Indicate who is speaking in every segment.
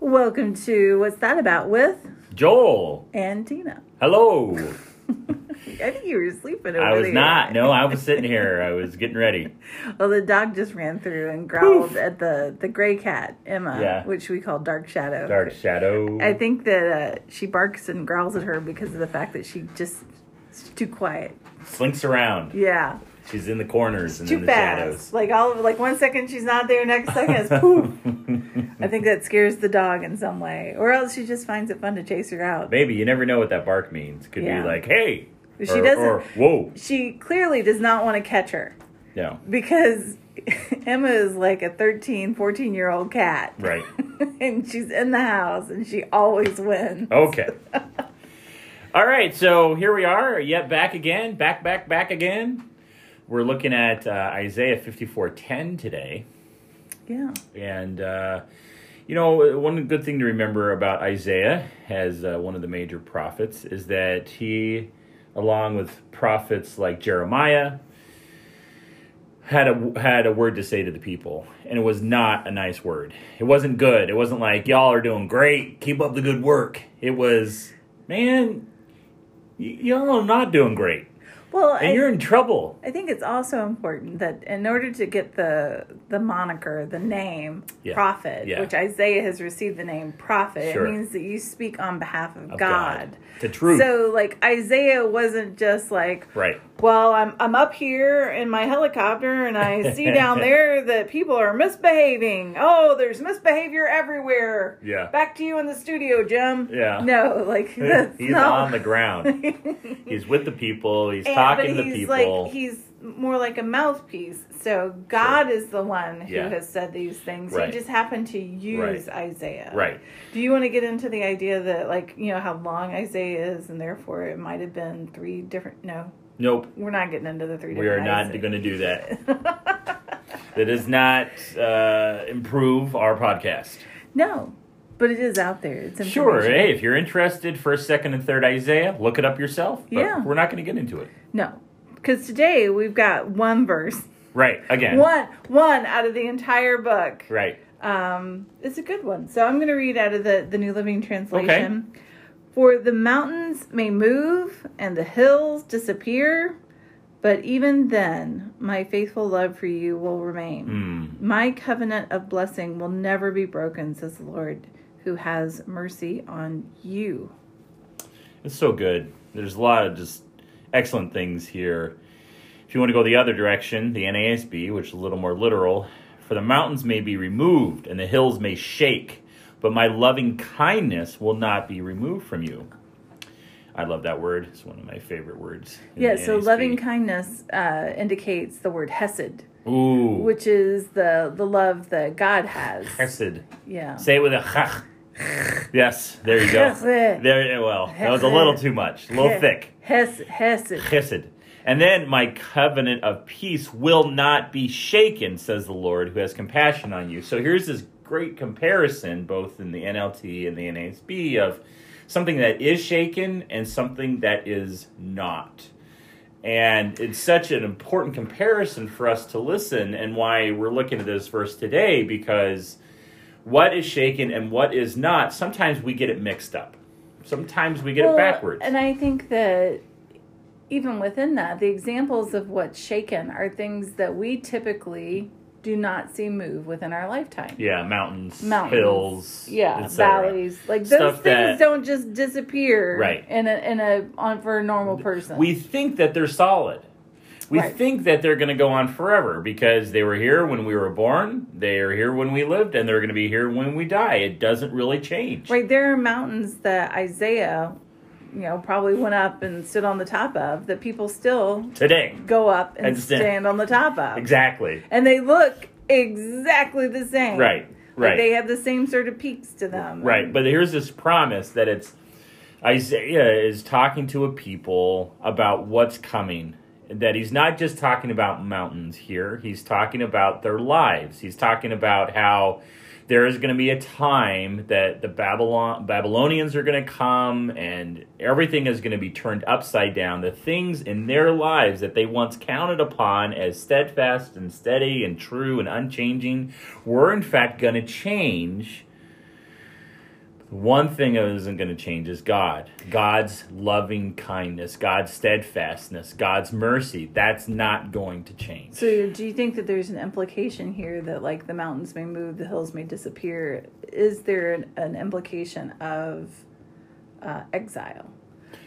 Speaker 1: Welcome to What's That About with
Speaker 2: Joel,
Speaker 1: and Tina.
Speaker 2: hello.
Speaker 1: I think you were sleeping over
Speaker 2: I was
Speaker 1: there.
Speaker 2: not. No, I was sitting here. I was getting ready.
Speaker 1: Well, the dog just ran through and growled at the, the gray cat, Emma,
Speaker 2: Yeah.
Speaker 1: which we call Dark Shadow.
Speaker 2: Dark shadow.
Speaker 1: I think that uh, she barks and growls at her because of the fact that she just is too quiet.
Speaker 2: Slinks around.
Speaker 1: Yeah.
Speaker 2: She's in the corners and in
Speaker 1: too
Speaker 2: the
Speaker 1: fast.
Speaker 2: shadows.
Speaker 1: Like all of, like one second she's not there, next second it's poof. I think that scares the dog in some way, or else she just finds it fun to chase her out.
Speaker 2: Maybe you never know what that bark means. Could
Speaker 1: Yeah.
Speaker 2: be like, hey.
Speaker 1: She
Speaker 2: or,
Speaker 1: doesn't-
Speaker 2: Or, whoa.
Speaker 1: She clearly does not want to catch her
Speaker 2: No.
Speaker 1: because Emma is like a 13, 14 year old cat.
Speaker 2: Right.
Speaker 1: and she's in the house and she always wins.
Speaker 2: Okay. All right. So here we are. Yet back again. Back, back, back again. We're looking at uh, Isaiah 54.10 today.
Speaker 1: Yeah.
Speaker 2: And, uh, you know, one good thing to remember about Isaiah as uh, one of the major prophets is that he, along with prophets like Jeremiah, had a had a word to say to the people, and it was not a nice word. It wasn't good. It wasn't like y'all are doing great, keep up the good work. It was, man, y- y'all are not doing great,
Speaker 1: Well,
Speaker 2: and
Speaker 1: I,
Speaker 2: you're in trouble.
Speaker 1: I think it's also important that in order to get the the moniker, the name
Speaker 2: Yeah.
Speaker 1: prophet,
Speaker 2: Yeah.
Speaker 1: which Isaiah has received the name prophet,
Speaker 2: Sure.
Speaker 1: it means that you speak on behalf of,
Speaker 2: Of
Speaker 1: God.
Speaker 2: the truth,
Speaker 1: So like Isaiah wasn't just like
Speaker 2: right?
Speaker 1: well, I'm I'm up here in my helicopter and I see down there that people are misbehaving. Oh, there's misbehavior everywhere.
Speaker 2: Yeah.
Speaker 1: Back to you in the studio, Jim.
Speaker 2: Yeah.
Speaker 1: No, like that's
Speaker 2: he's
Speaker 1: not-
Speaker 2: on the ground. He's with the people. He's
Speaker 1: And-
Speaker 2: talking
Speaker 1: but
Speaker 2: to
Speaker 1: he's
Speaker 2: the people.
Speaker 1: Like, he's more like a mouthpiece. So God is the one who
Speaker 2: Yeah.
Speaker 1: has said these things.
Speaker 2: Right.
Speaker 1: He just happened to use Isaiah.
Speaker 2: right.
Speaker 1: Do you want to get into the idea that like, you know, how long Isaiah is and therefore it might have been three different no,
Speaker 2: Nope.
Speaker 1: we're not getting into the three
Speaker 2: We are
Speaker 1: different
Speaker 2: not
Speaker 1: Isaiahs.
Speaker 2: going to do that. that does not uh, improve our podcast.
Speaker 1: No, but it is out there. It's
Speaker 2: Sure. eh?
Speaker 1: information.
Speaker 2: Hey, if you're interested, first, second, and third Isaiah, look it up yourself. But
Speaker 1: Yeah.
Speaker 2: We're not going to get into it.
Speaker 1: No, because today we've got one verse,
Speaker 2: Right. Again.
Speaker 1: one one out of the entire book.
Speaker 2: Right.
Speaker 1: Um, it's a good one. So I'm going to read out of the the New Living Translation. For the mountains may move and the hills disappear, but even then, my faithful love for you will remain.
Speaker 2: Hmm.
Speaker 1: My covenant of blessing will never be broken, says the Lord, who has mercy on you.
Speaker 2: It's so good. There's a lot of just excellent things here. If you want to go the other direction, the NASB, which is a little more literal, for the mountains may be removed and the hills may shake, but my loving kindness will not be removed from you. I love that word. It's one of my favorite words. in
Speaker 1: Yeah,
Speaker 2: the
Speaker 1: so
Speaker 2: NASB.
Speaker 1: loving kindness uh, indicates the word hesed,
Speaker 2: Ooh.
Speaker 1: which is the the love that God has.
Speaker 2: Chesed.
Speaker 1: Yeah.
Speaker 2: Say it with a chach. yes, there you go.
Speaker 1: Chesed.
Speaker 2: There, well, that was a little too much, a little thick.
Speaker 1: Hes, hesed.
Speaker 2: chesed. And then my covenant of peace will not be shaken, says the Lord, who has compassion on you. So here's this great comparison, both in the NLT and the NASB, of something that is shaken and something that is not. And it's such an important comparison for us to listen and why we're looking at this verse today because what is shaken and what is not, sometimes we get it mixed up. Sometimes we get
Speaker 1: Well,
Speaker 2: it backwards.
Speaker 1: And I think that even within that, the examples of what's shaken are things that we typically do not see move within our lifetime.
Speaker 2: Yeah, mountains,
Speaker 1: Mountains,
Speaker 2: hills,
Speaker 1: Yeah,
Speaker 2: et cetera.
Speaker 1: valleys. Like those
Speaker 2: Stuff
Speaker 1: things
Speaker 2: that-
Speaker 1: don't just disappear
Speaker 2: Right.
Speaker 1: in a in a on for a normal person.
Speaker 2: We think that they're solid. We
Speaker 1: Right.
Speaker 2: think that they're going to go on forever because they were here when we were born, they are here when we lived, and they're going to be here when we die. It doesn't really change.
Speaker 1: Right, there are mountains that Isaiah, you know, probably went up and stood on the top of that people still
Speaker 2: Today.
Speaker 1: go up and
Speaker 2: And stand-
Speaker 1: stand on the top of.
Speaker 2: Exactly.
Speaker 1: And they look exactly the same.
Speaker 2: Right,
Speaker 1: Like
Speaker 2: right.
Speaker 1: they have the same sort of peaks to them.
Speaker 2: Right, but here's this promise that it's Isaiah is talking to a people about what's coming. That he's not just talking about mountains here, he's talking about their lives. He's talking about how there is going to be a time that the Babylon Babylonians are going to come and everything is going to be turned upside down. The things in their lives that they once counted upon as steadfast and steady and true and unchanging were in fact going to change One thing that isn't going to change is God. God's loving kindness, God's steadfastness, God's mercy. That's not going to change.
Speaker 1: So, do you think that there's an implication here that, like, the mountains may move, the hills may disappear? Is there an, an implication of uh, exile?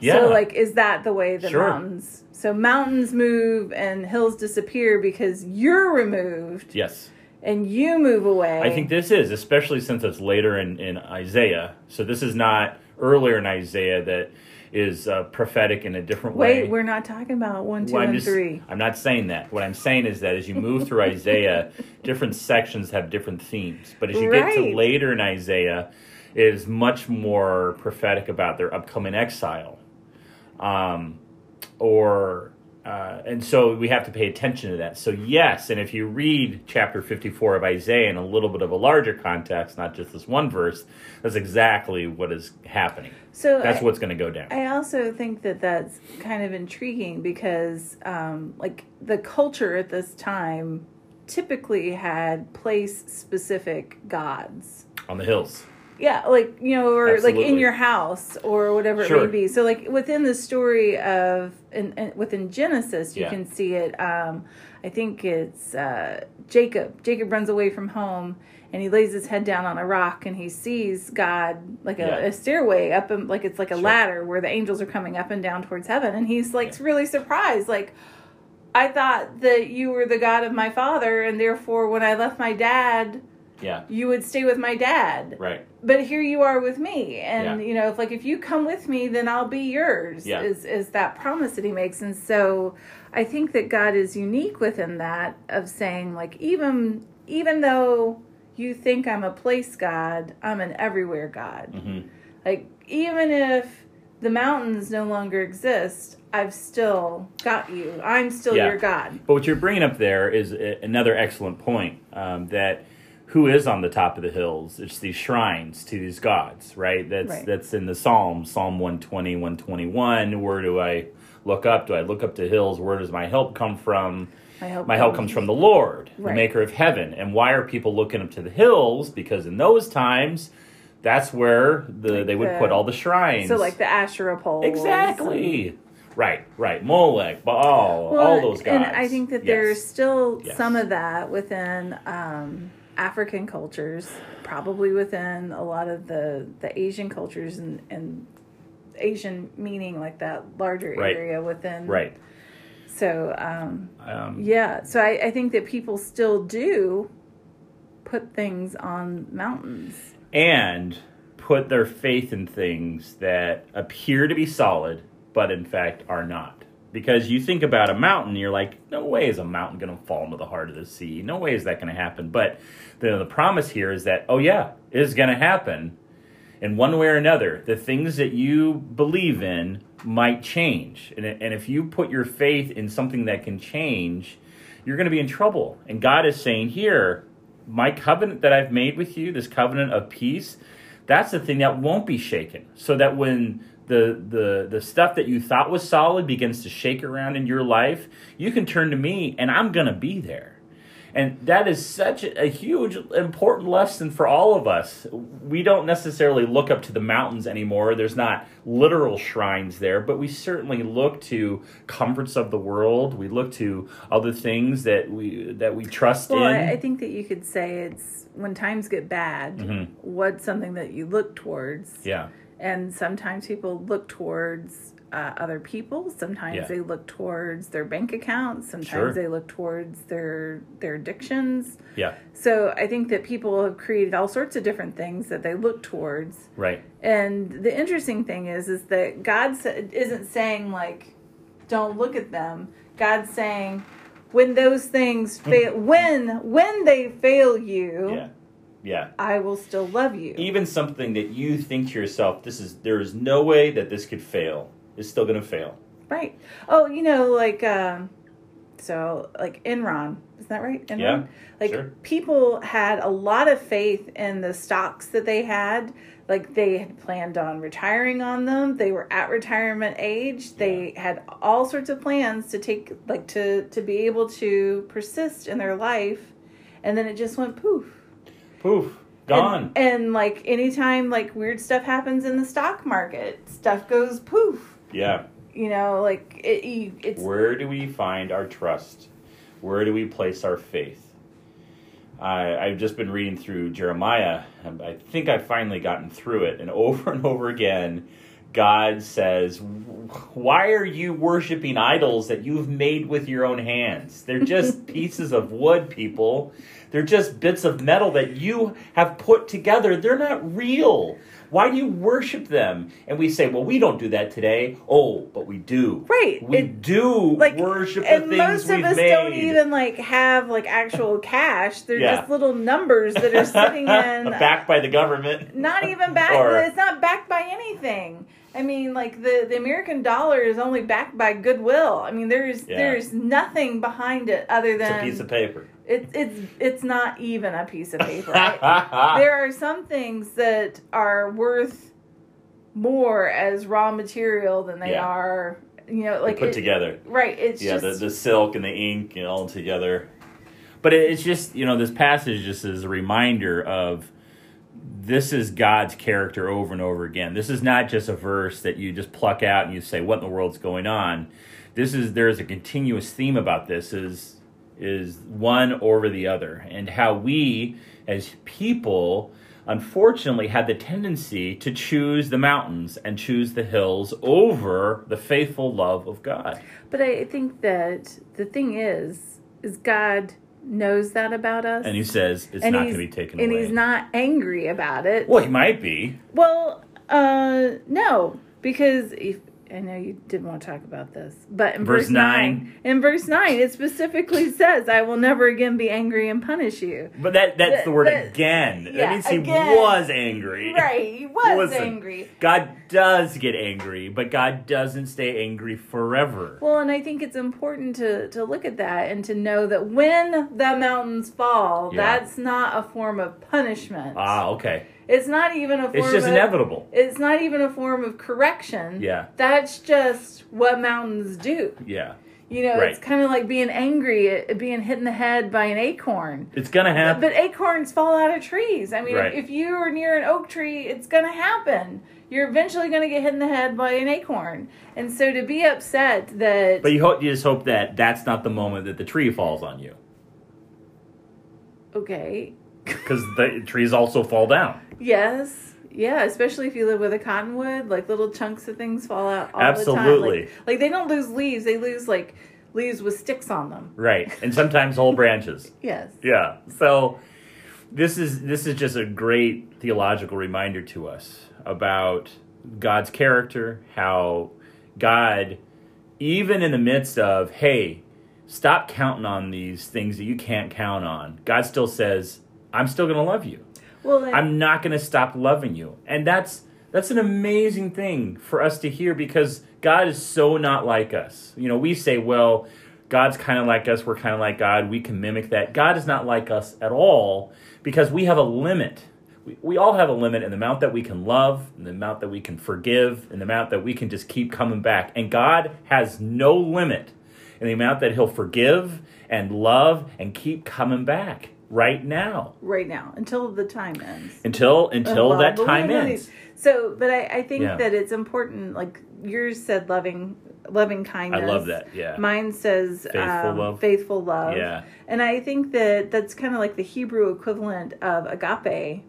Speaker 2: Yeah.
Speaker 1: So, like, is that the way the
Speaker 2: Sure.
Speaker 1: mountains? So, mountains move and hills disappear because you're removed
Speaker 2: yes.
Speaker 1: and you move away.
Speaker 2: I think this is, especially since it's later in, in Isaiah. So this is not earlier in Isaiah that is uh, prophetic in a different way.
Speaker 1: Wait, we're not talking about one, two,
Speaker 2: Well, I'm
Speaker 1: and
Speaker 2: just-
Speaker 1: three.
Speaker 2: I'm not saying that. What I'm saying is that as you move through Isaiah, different sections have different themes. But as you get
Speaker 1: Right.
Speaker 2: to later in Isaiah, it is much more prophetic about their upcoming exile. Um, or uh, and so we have to pay attention to that. So yes, and if you read chapter 54 of Isaiah in a little bit of a larger context, not just this one verse, that's exactly what is happening.
Speaker 1: So
Speaker 2: That's
Speaker 1: I-
Speaker 2: what's going to go down.
Speaker 1: I also think that that's kind of intriguing because, um, like, the culture at this time typically had place specific gods.
Speaker 2: on the hills.
Speaker 1: Yeah, like, you know, or like in
Speaker 2: Absolutely.
Speaker 1: your house or whatever it
Speaker 2: Sure.
Speaker 1: may be. So, like, within the story of, and in, within Genesis, you
Speaker 2: Yeah.
Speaker 1: can see it. Um, I think it's uh, Jacob. Jacob runs away from home and he lays his head down on a rock and he sees God like a,
Speaker 2: Yeah.
Speaker 1: a stairway up and like it's like a
Speaker 2: Sure.
Speaker 1: ladder where the angels are coming up and down towards heaven and he's like really surprised like I thought that you were the God of my father and therefore when I left my dad
Speaker 2: Yeah.
Speaker 1: you would stay with my dad
Speaker 2: Right.
Speaker 1: but here you are with me and
Speaker 2: Yeah.
Speaker 1: you know if like if you come with me then i'll be yours
Speaker 2: Yeah.
Speaker 1: is is that promise that he makes and so i think that god is unique within that of saying like even even though you think i'm a place god i'm an everywhere god
Speaker 2: hmm
Speaker 1: like even if the mountains no longer exist i've still got you i'm still
Speaker 2: Yeah.
Speaker 1: your god
Speaker 2: But what you're bringing up there is a, another excellent point um, that who is on the top of the hills? It's these shrines to these gods, right? That's
Speaker 1: Right.
Speaker 2: that's in the Psalms, Psalm 120, 121. Where do I look up? Do I look up to hills? Where does my help come from?
Speaker 1: my help
Speaker 2: My help comes from the Lord, the
Speaker 1: Right.
Speaker 2: maker of heaven. And why are people looking up to the hills? Because in those times, that's where the, they would
Speaker 1: the-
Speaker 2: put all the shrines.
Speaker 1: so like the asherah poles
Speaker 2: Exactly. Right, right. Molech, Baal, all
Speaker 1: Well,
Speaker 2: those guys.
Speaker 1: And I think that
Speaker 2: Yes.
Speaker 1: there's still
Speaker 2: Yes.
Speaker 1: some of that within um, African cultures, probably within a lot of the, the Asian cultures and, and Asian meaning like that larger
Speaker 2: Right.
Speaker 1: area within.
Speaker 2: right.
Speaker 1: So, um,
Speaker 2: Um,
Speaker 1: yeah. So I, I think that people still do put things on mountains.
Speaker 2: and put their faith in things that appear to be solid, but in fact are not. Because you think about a mountain, you're like, no way is a mountain going to fall into the heart of the sea. No way is that going to happen. But the, the promise here is that, oh, yeah, it is going to happen. In one way or another, the things that you believe in might change. And, and if you put your faith in something that can change, you're going to be in trouble. And God is saying here, my covenant that I've made with you, this covenant of peace, that's the thing that won't be shaken. So that when the the the stuff that you thought was solid begins to shake around in your life, you can turn to me and I'm going to be there. And that is such a a huge, important lesson for all of us. We don't necessarily look up to the mountains anymore. There's not literal shrines there, but we certainly look to comforts of the world. We look to other things that we that we trust
Speaker 1: Well,
Speaker 2: in.
Speaker 1: I, I think that you could say it's when times get bad,
Speaker 2: Mm-hmm.
Speaker 1: what's something that you look towards?
Speaker 2: yeah,
Speaker 1: and sometimes people look towards uh, other people sometimes
Speaker 2: Yeah.
Speaker 1: they look towards their bank accounts sometimes
Speaker 2: Sure.
Speaker 1: they look towards their their addictions
Speaker 2: yeah,
Speaker 1: so i think that people have created all sorts of different things that they look towards
Speaker 2: right.
Speaker 1: and the interesting thing is is that god sa- isn't saying like don't look at them god's saying when those things fail when when they fail you
Speaker 2: Hmm. Yeah, yeah.
Speaker 1: i will still love you
Speaker 2: Even something that you think to yourself, this is there is no way that this could fail. Is still going to fail.
Speaker 1: Right. Oh, you know, like um so like Enron, is that right? Enron?
Speaker 2: Yeah,
Speaker 1: like
Speaker 2: sure.
Speaker 1: people had a lot of faith in the stocks that they had. Like they had planned on retiring on them. They were at retirement age. They had all sorts of plans to take like to to be able to persist in their life. And then it just went poof.
Speaker 2: Poof. Gone.
Speaker 1: And, and like anytime like weird stuff happens in the stock market, stuff goes poof.
Speaker 2: yeah.
Speaker 1: You know, like it, you, it's
Speaker 2: Where do we find our trust? Where do we place our faith? I, I've just been reading through Jeremiah. and I think I've finally gotten through it. And over and over again, God says, Why are you worshiping idols that you've made with your own hands? They're just pieces of wood, people. They're just bits of metal that you have put together. They're not real. Why do you worship them? And we say, Well, we don't do that today. Oh, but we do.
Speaker 1: right.
Speaker 2: We
Speaker 1: it-
Speaker 2: do
Speaker 1: like
Speaker 2: worship the
Speaker 1: and
Speaker 2: things
Speaker 1: most of
Speaker 2: we've
Speaker 1: us
Speaker 2: made.
Speaker 1: don't even like have like actual cash. They're
Speaker 2: Yeah.
Speaker 1: just little numbers that are sitting in
Speaker 2: backed by the government.
Speaker 1: not even backed.
Speaker 2: Or-
Speaker 1: it's not backed by anything. I mean, like the the American dollar is only backed by goodwill. I mean, there's
Speaker 2: Yeah.
Speaker 1: there's nothing behind it other
Speaker 2: It's a
Speaker 1: than
Speaker 2: piece of paper.
Speaker 1: it's it's it's not even a piece of paper. I- there are some things that are worth more as raw material than they
Speaker 2: Yeah.
Speaker 1: are. You know,
Speaker 2: They're
Speaker 1: like
Speaker 2: put
Speaker 1: it-
Speaker 2: together.
Speaker 1: Right. It's
Speaker 2: Yeah,
Speaker 1: just
Speaker 2: the, the silk and the ink and all together. But it, it's just you know this passage just is a reminder of this is God's character over and over again. This is not just a verse that you just pluck out and you say what in the world's going on. This is there is a continuous theme about this is is one over the other and how we as people unfortunately had the tendency to choose the mountains and choose the hills over the faithful love of God.
Speaker 1: But I think that the thing is, is God knows that about us,
Speaker 2: And he says it's
Speaker 1: And
Speaker 2: not
Speaker 1: he's-
Speaker 2: going to be taken
Speaker 1: and
Speaker 2: away.
Speaker 1: he's not angry about it.
Speaker 2: well, he might be.
Speaker 1: Well, uh, no, because if, I know you didn't want to talk about this, but in verse,
Speaker 2: Verse
Speaker 1: 9,
Speaker 2: nine.
Speaker 1: in verse 9, it specifically says, I will never again be angry and punish you.
Speaker 2: But that that's the word
Speaker 1: That-
Speaker 2: again.
Speaker 1: yeah,
Speaker 2: that means he
Speaker 1: again.
Speaker 2: was angry.
Speaker 1: Right, he was
Speaker 2: Listen.
Speaker 1: angry.
Speaker 2: God does get angry, but God doesn't stay angry forever.
Speaker 1: Well, and I think it's important to, to look at that and to know that when the mountains fall,
Speaker 2: Yeah.
Speaker 1: that's not a form of punishment.
Speaker 2: Ah, okay.
Speaker 1: It's not even a form
Speaker 2: It's just
Speaker 1: of
Speaker 2: inevitable.
Speaker 1: It's not even a form of correction.
Speaker 2: Yeah.
Speaker 1: That's just what mountains do.
Speaker 2: Yeah.
Speaker 1: You know,
Speaker 2: Right.
Speaker 1: it's kind of like being angry at being hit in the head by an acorn.
Speaker 2: It's going to happen.
Speaker 1: But acorns fall out of trees. I mean,
Speaker 2: Right.
Speaker 1: if, if you are near an oak tree, it's going to happen. You're eventually going to get hit in the head by an acorn. And so to be upset that
Speaker 2: But you hope you just hope that that's not the moment that the tree falls on you
Speaker 1: okay,
Speaker 2: cuz the trees also fall down.
Speaker 1: Yes. Yeah, especially if you live with a cottonwood, like little chunks of things fall out all the time.
Speaker 2: Absolutely.
Speaker 1: Like, like they don't lose leaves, they lose like leaves with sticks on them.
Speaker 2: Right. And sometimes whole branches.
Speaker 1: Yes.
Speaker 2: yeah so this is this is just a great theological reminder to us about god's character how god even in the midst of hey stop counting on these things that you can't count on god still says i'm still going to love you
Speaker 1: Well, and,
Speaker 2: I'm not going to stop loving you. And that's that's an amazing thing for us to hear because God is so not like us. You know, we say, well, God's kind of like us, we're kind of like God, we can mimic that. God is not like us at all because we have a limit. We, we all have a limit in the amount that we can love, in the amount that we can forgive, in the amount that we can just keep coming back. And God has no limit in the amount that He'll forgive and love and keep coming back right now
Speaker 1: right now, until the time ends.
Speaker 2: until until
Speaker 1: Well,
Speaker 2: that
Speaker 1: but we
Speaker 2: time
Speaker 1: don't know
Speaker 2: ends.
Speaker 1: these- So, but I, I think
Speaker 2: Yeah.
Speaker 1: that it's important. Like yours said, loving, loving kindness.
Speaker 2: I love that. Yeah.
Speaker 1: Mine says faithful
Speaker 2: love.
Speaker 1: Faithful love.
Speaker 2: Yeah.
Speaker 1: And I think that that's kind of like the Hebrew equivalent of agape.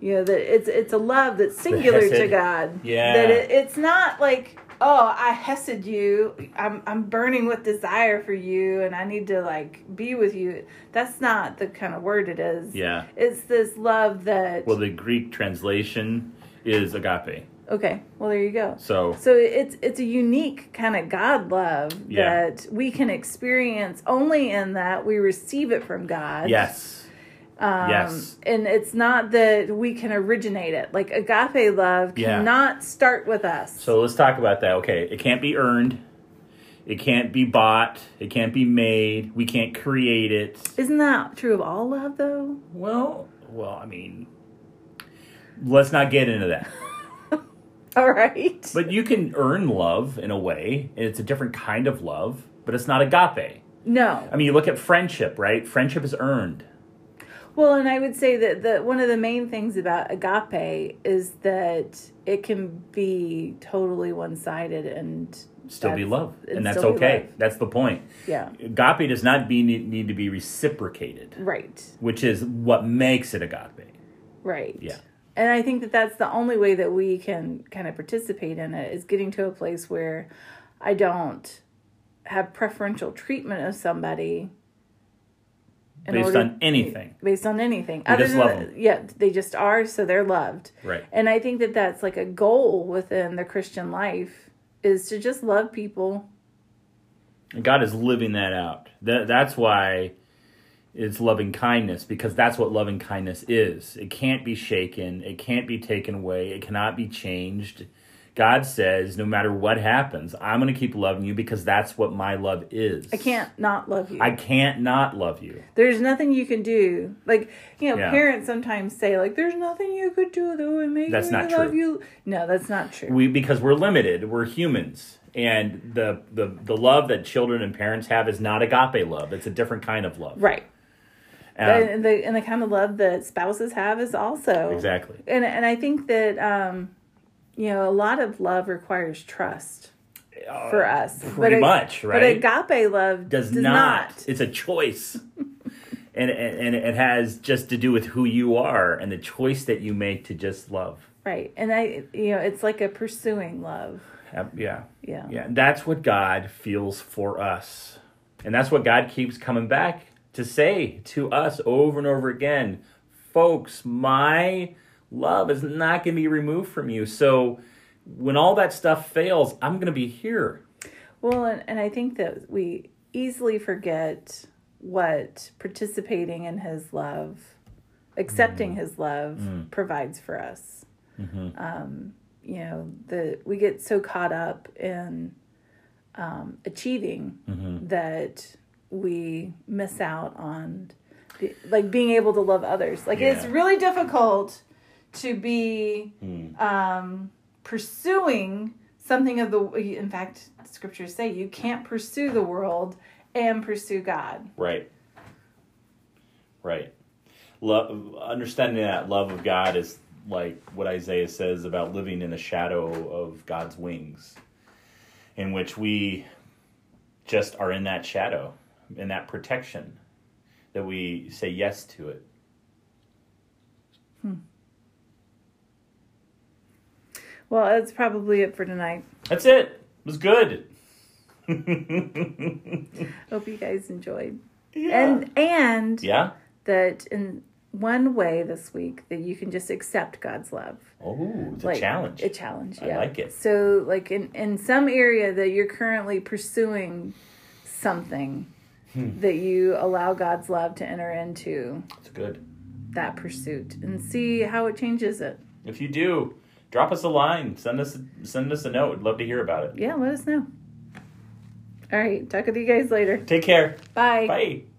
Speaker 1: You know that it's it's a love that's singular to
Speaker 2: hesed.
Speaker 1: God.
Speaker 2: Yeah.
Speaker 1: That it, it's not like oh I hesed you. I'm I'm burning with desire for you, and I need to like be with you. That's not the kind of word it is.
Speaker 2: yeah.
Speaker 1: It's this love that
Speaker 2: Well, the Greek translation is agape.
Speaker 1: Okay, well there you go.
Speaker 2: So
Speaker 1: So it's it's a unique kind of God love
Speaker 2: Yeah.
Speaker 1: that we can experience only in that we receive it from God.
Speaker 2: yes,
Speaker 1: Um,
Speaker 2: yes.
Speaker 1: And it's not that we can originate it. Like agape love
Speaker 2: Yeah.
Speaker 1: cannot start with us.
Speaker 2: So let's talk about that. Okay, it can't be earned. It can't be bought. It can't be made. We can't create it.
Speaker 1: Isn't that true of all love though?
Speaker 2: Well, well, I mean, let's not get into that.
Speaker 1: All right.
Speaker 2: But you can earn love in a way, and it's a different kind of love, but it's not agape.
Speaker 1: no.
Speaker 2: I mean, you look at friendship, right? Friendship is earned.
Speaker 1: Well, and I would say that the one of the main things about agape is that it can be totally one sided and
Speaker 2: Still be
Speaker 1: that's-
Speaker 2: love,
Speaker 1: and
Speaker 2: and that's
Speaker 1: still be
Speaker 2: okay.
Speaker 1: love.
Speaker 2: That's the point.
Speaker 1: Yeah.
Speaker 2: Agape does not be, need, need to be reciprocated,
Speaker 1: Right.
Speaker 2: which is what makes it agape.
Speaker 1: Right.
Speaker 2: Yeah.
Speaker 1: And I think that that's the only way that we can kind of participate in it is getting to a place where I don't have preferential treatment of somebody in
Speaker 2: Based
Speaker 1: order-
Speaker 2: on anything.
Speaker 1: Based on anything.
Speaker 2: just love 'em.
Speaker 1: yeah, they just are, so they're loved.
Speaker 2: Right.
Speaker 1: And I think that that's like a goal within the Christian life is to just love people.
Speaker 2: And God is living that out. That, that's why it's loving kindness because that's what loving kindness is. It can't be shaken, it can't be taken away, it cannot be changed. God says, no matter what happens, I'm going to keep loving you because that's what my love is.
Speaker 1: I can't not love you.
Speaker 2: I can't not love you.
Speaker 1: there's nothing you can do. Like, you know,
Speaker 2: Yeah.
Speaker 1: parents sometimes say, like, there's nothing you could do that would make
Speaker 2: That's
Speaker 1: me
Speaker 2: not
Speaker 1: love
Speaker 2: true.
Speaker 1: you. No, that's not true.
Speaker 2: We because we're limited, we're humans. And the, the the love that children and parents have is not agape love. It's a different kind of love.
Speaker 1: right.
Speaker 2: Um,
Speaker 1: and, the, and the kind of love that spouses have is also.
Speaker 2: exactly.
Speaker 1: And, and I think that, um, you know, a lot of love requires trust for us.
Speaker 2: Uh, Pretty
Speaker 1: a-
Speaker 2: much, right?
Speaker 1: But agape love
Speaker 2: does, not. It's a choice. and, and and it has just to do with who you are and the choice that you make to just love.
Speaker 1: Right. And I, you know, it's like a pursuing love.
Speaker 2: Uh, Yeah.
Speaker 1: Yeah.
Speaker 2: Yeah, that's what God feels for us. And that's what God keeps coming back to say to us over and over again. Folks, my love is not going to be removed from you. So when all that stuff fails, I'm going to be here.
Speaker 1: Well, and, and I think that we easily forget what participating in his love, accepting his love, provides for us. Um, you know, the we get so caught up in um, achieving that we miss out on the, like being able to love others. Like it's
Speaker 2: Yeah.
Speaker 1: really difficult to be um, pursuing something of the in fact scriptures say you can't pursue the world and pursue god
Speaker 2: Right. Right. Love, understanding that love of God is like what Isaiah says about living in the shadow of God's wings, in which we just are in that shadow, in that protection, that we say yes to it.
Speaker 1: well that's probably it for tonight
Speaker 2: That's it. It was good.
Speaker 1: hope you guys enjoyed and and
Speaker 2: Yeah.
Speaker 1: that in one way this week that you can just accept god's love
Speaker 2: Oh, it's a
Speaker 1: like
Speaker 2: challenge.
Speaker 1: a challenge
Speaker 2: I
Speaker 1: yeah
Speaker 2: like it.
Speaker 1: so like in in some area that you're currently pursuing something
Speaker 2: Hmm.
Speaker 1: that you allow god's love to enter into
Speaker 2: it's good.
Speaker 1: that pursuit and see how it changes it
Speaker 2: If you do, drop us a line. Send us send us a note. We'd love to hear about it.
Speaker 1: yeah, let us know. All right, talk with you guys later.
Speaker 2: Take care.
Speaker 1: Bye.
Speaker 2: Bye.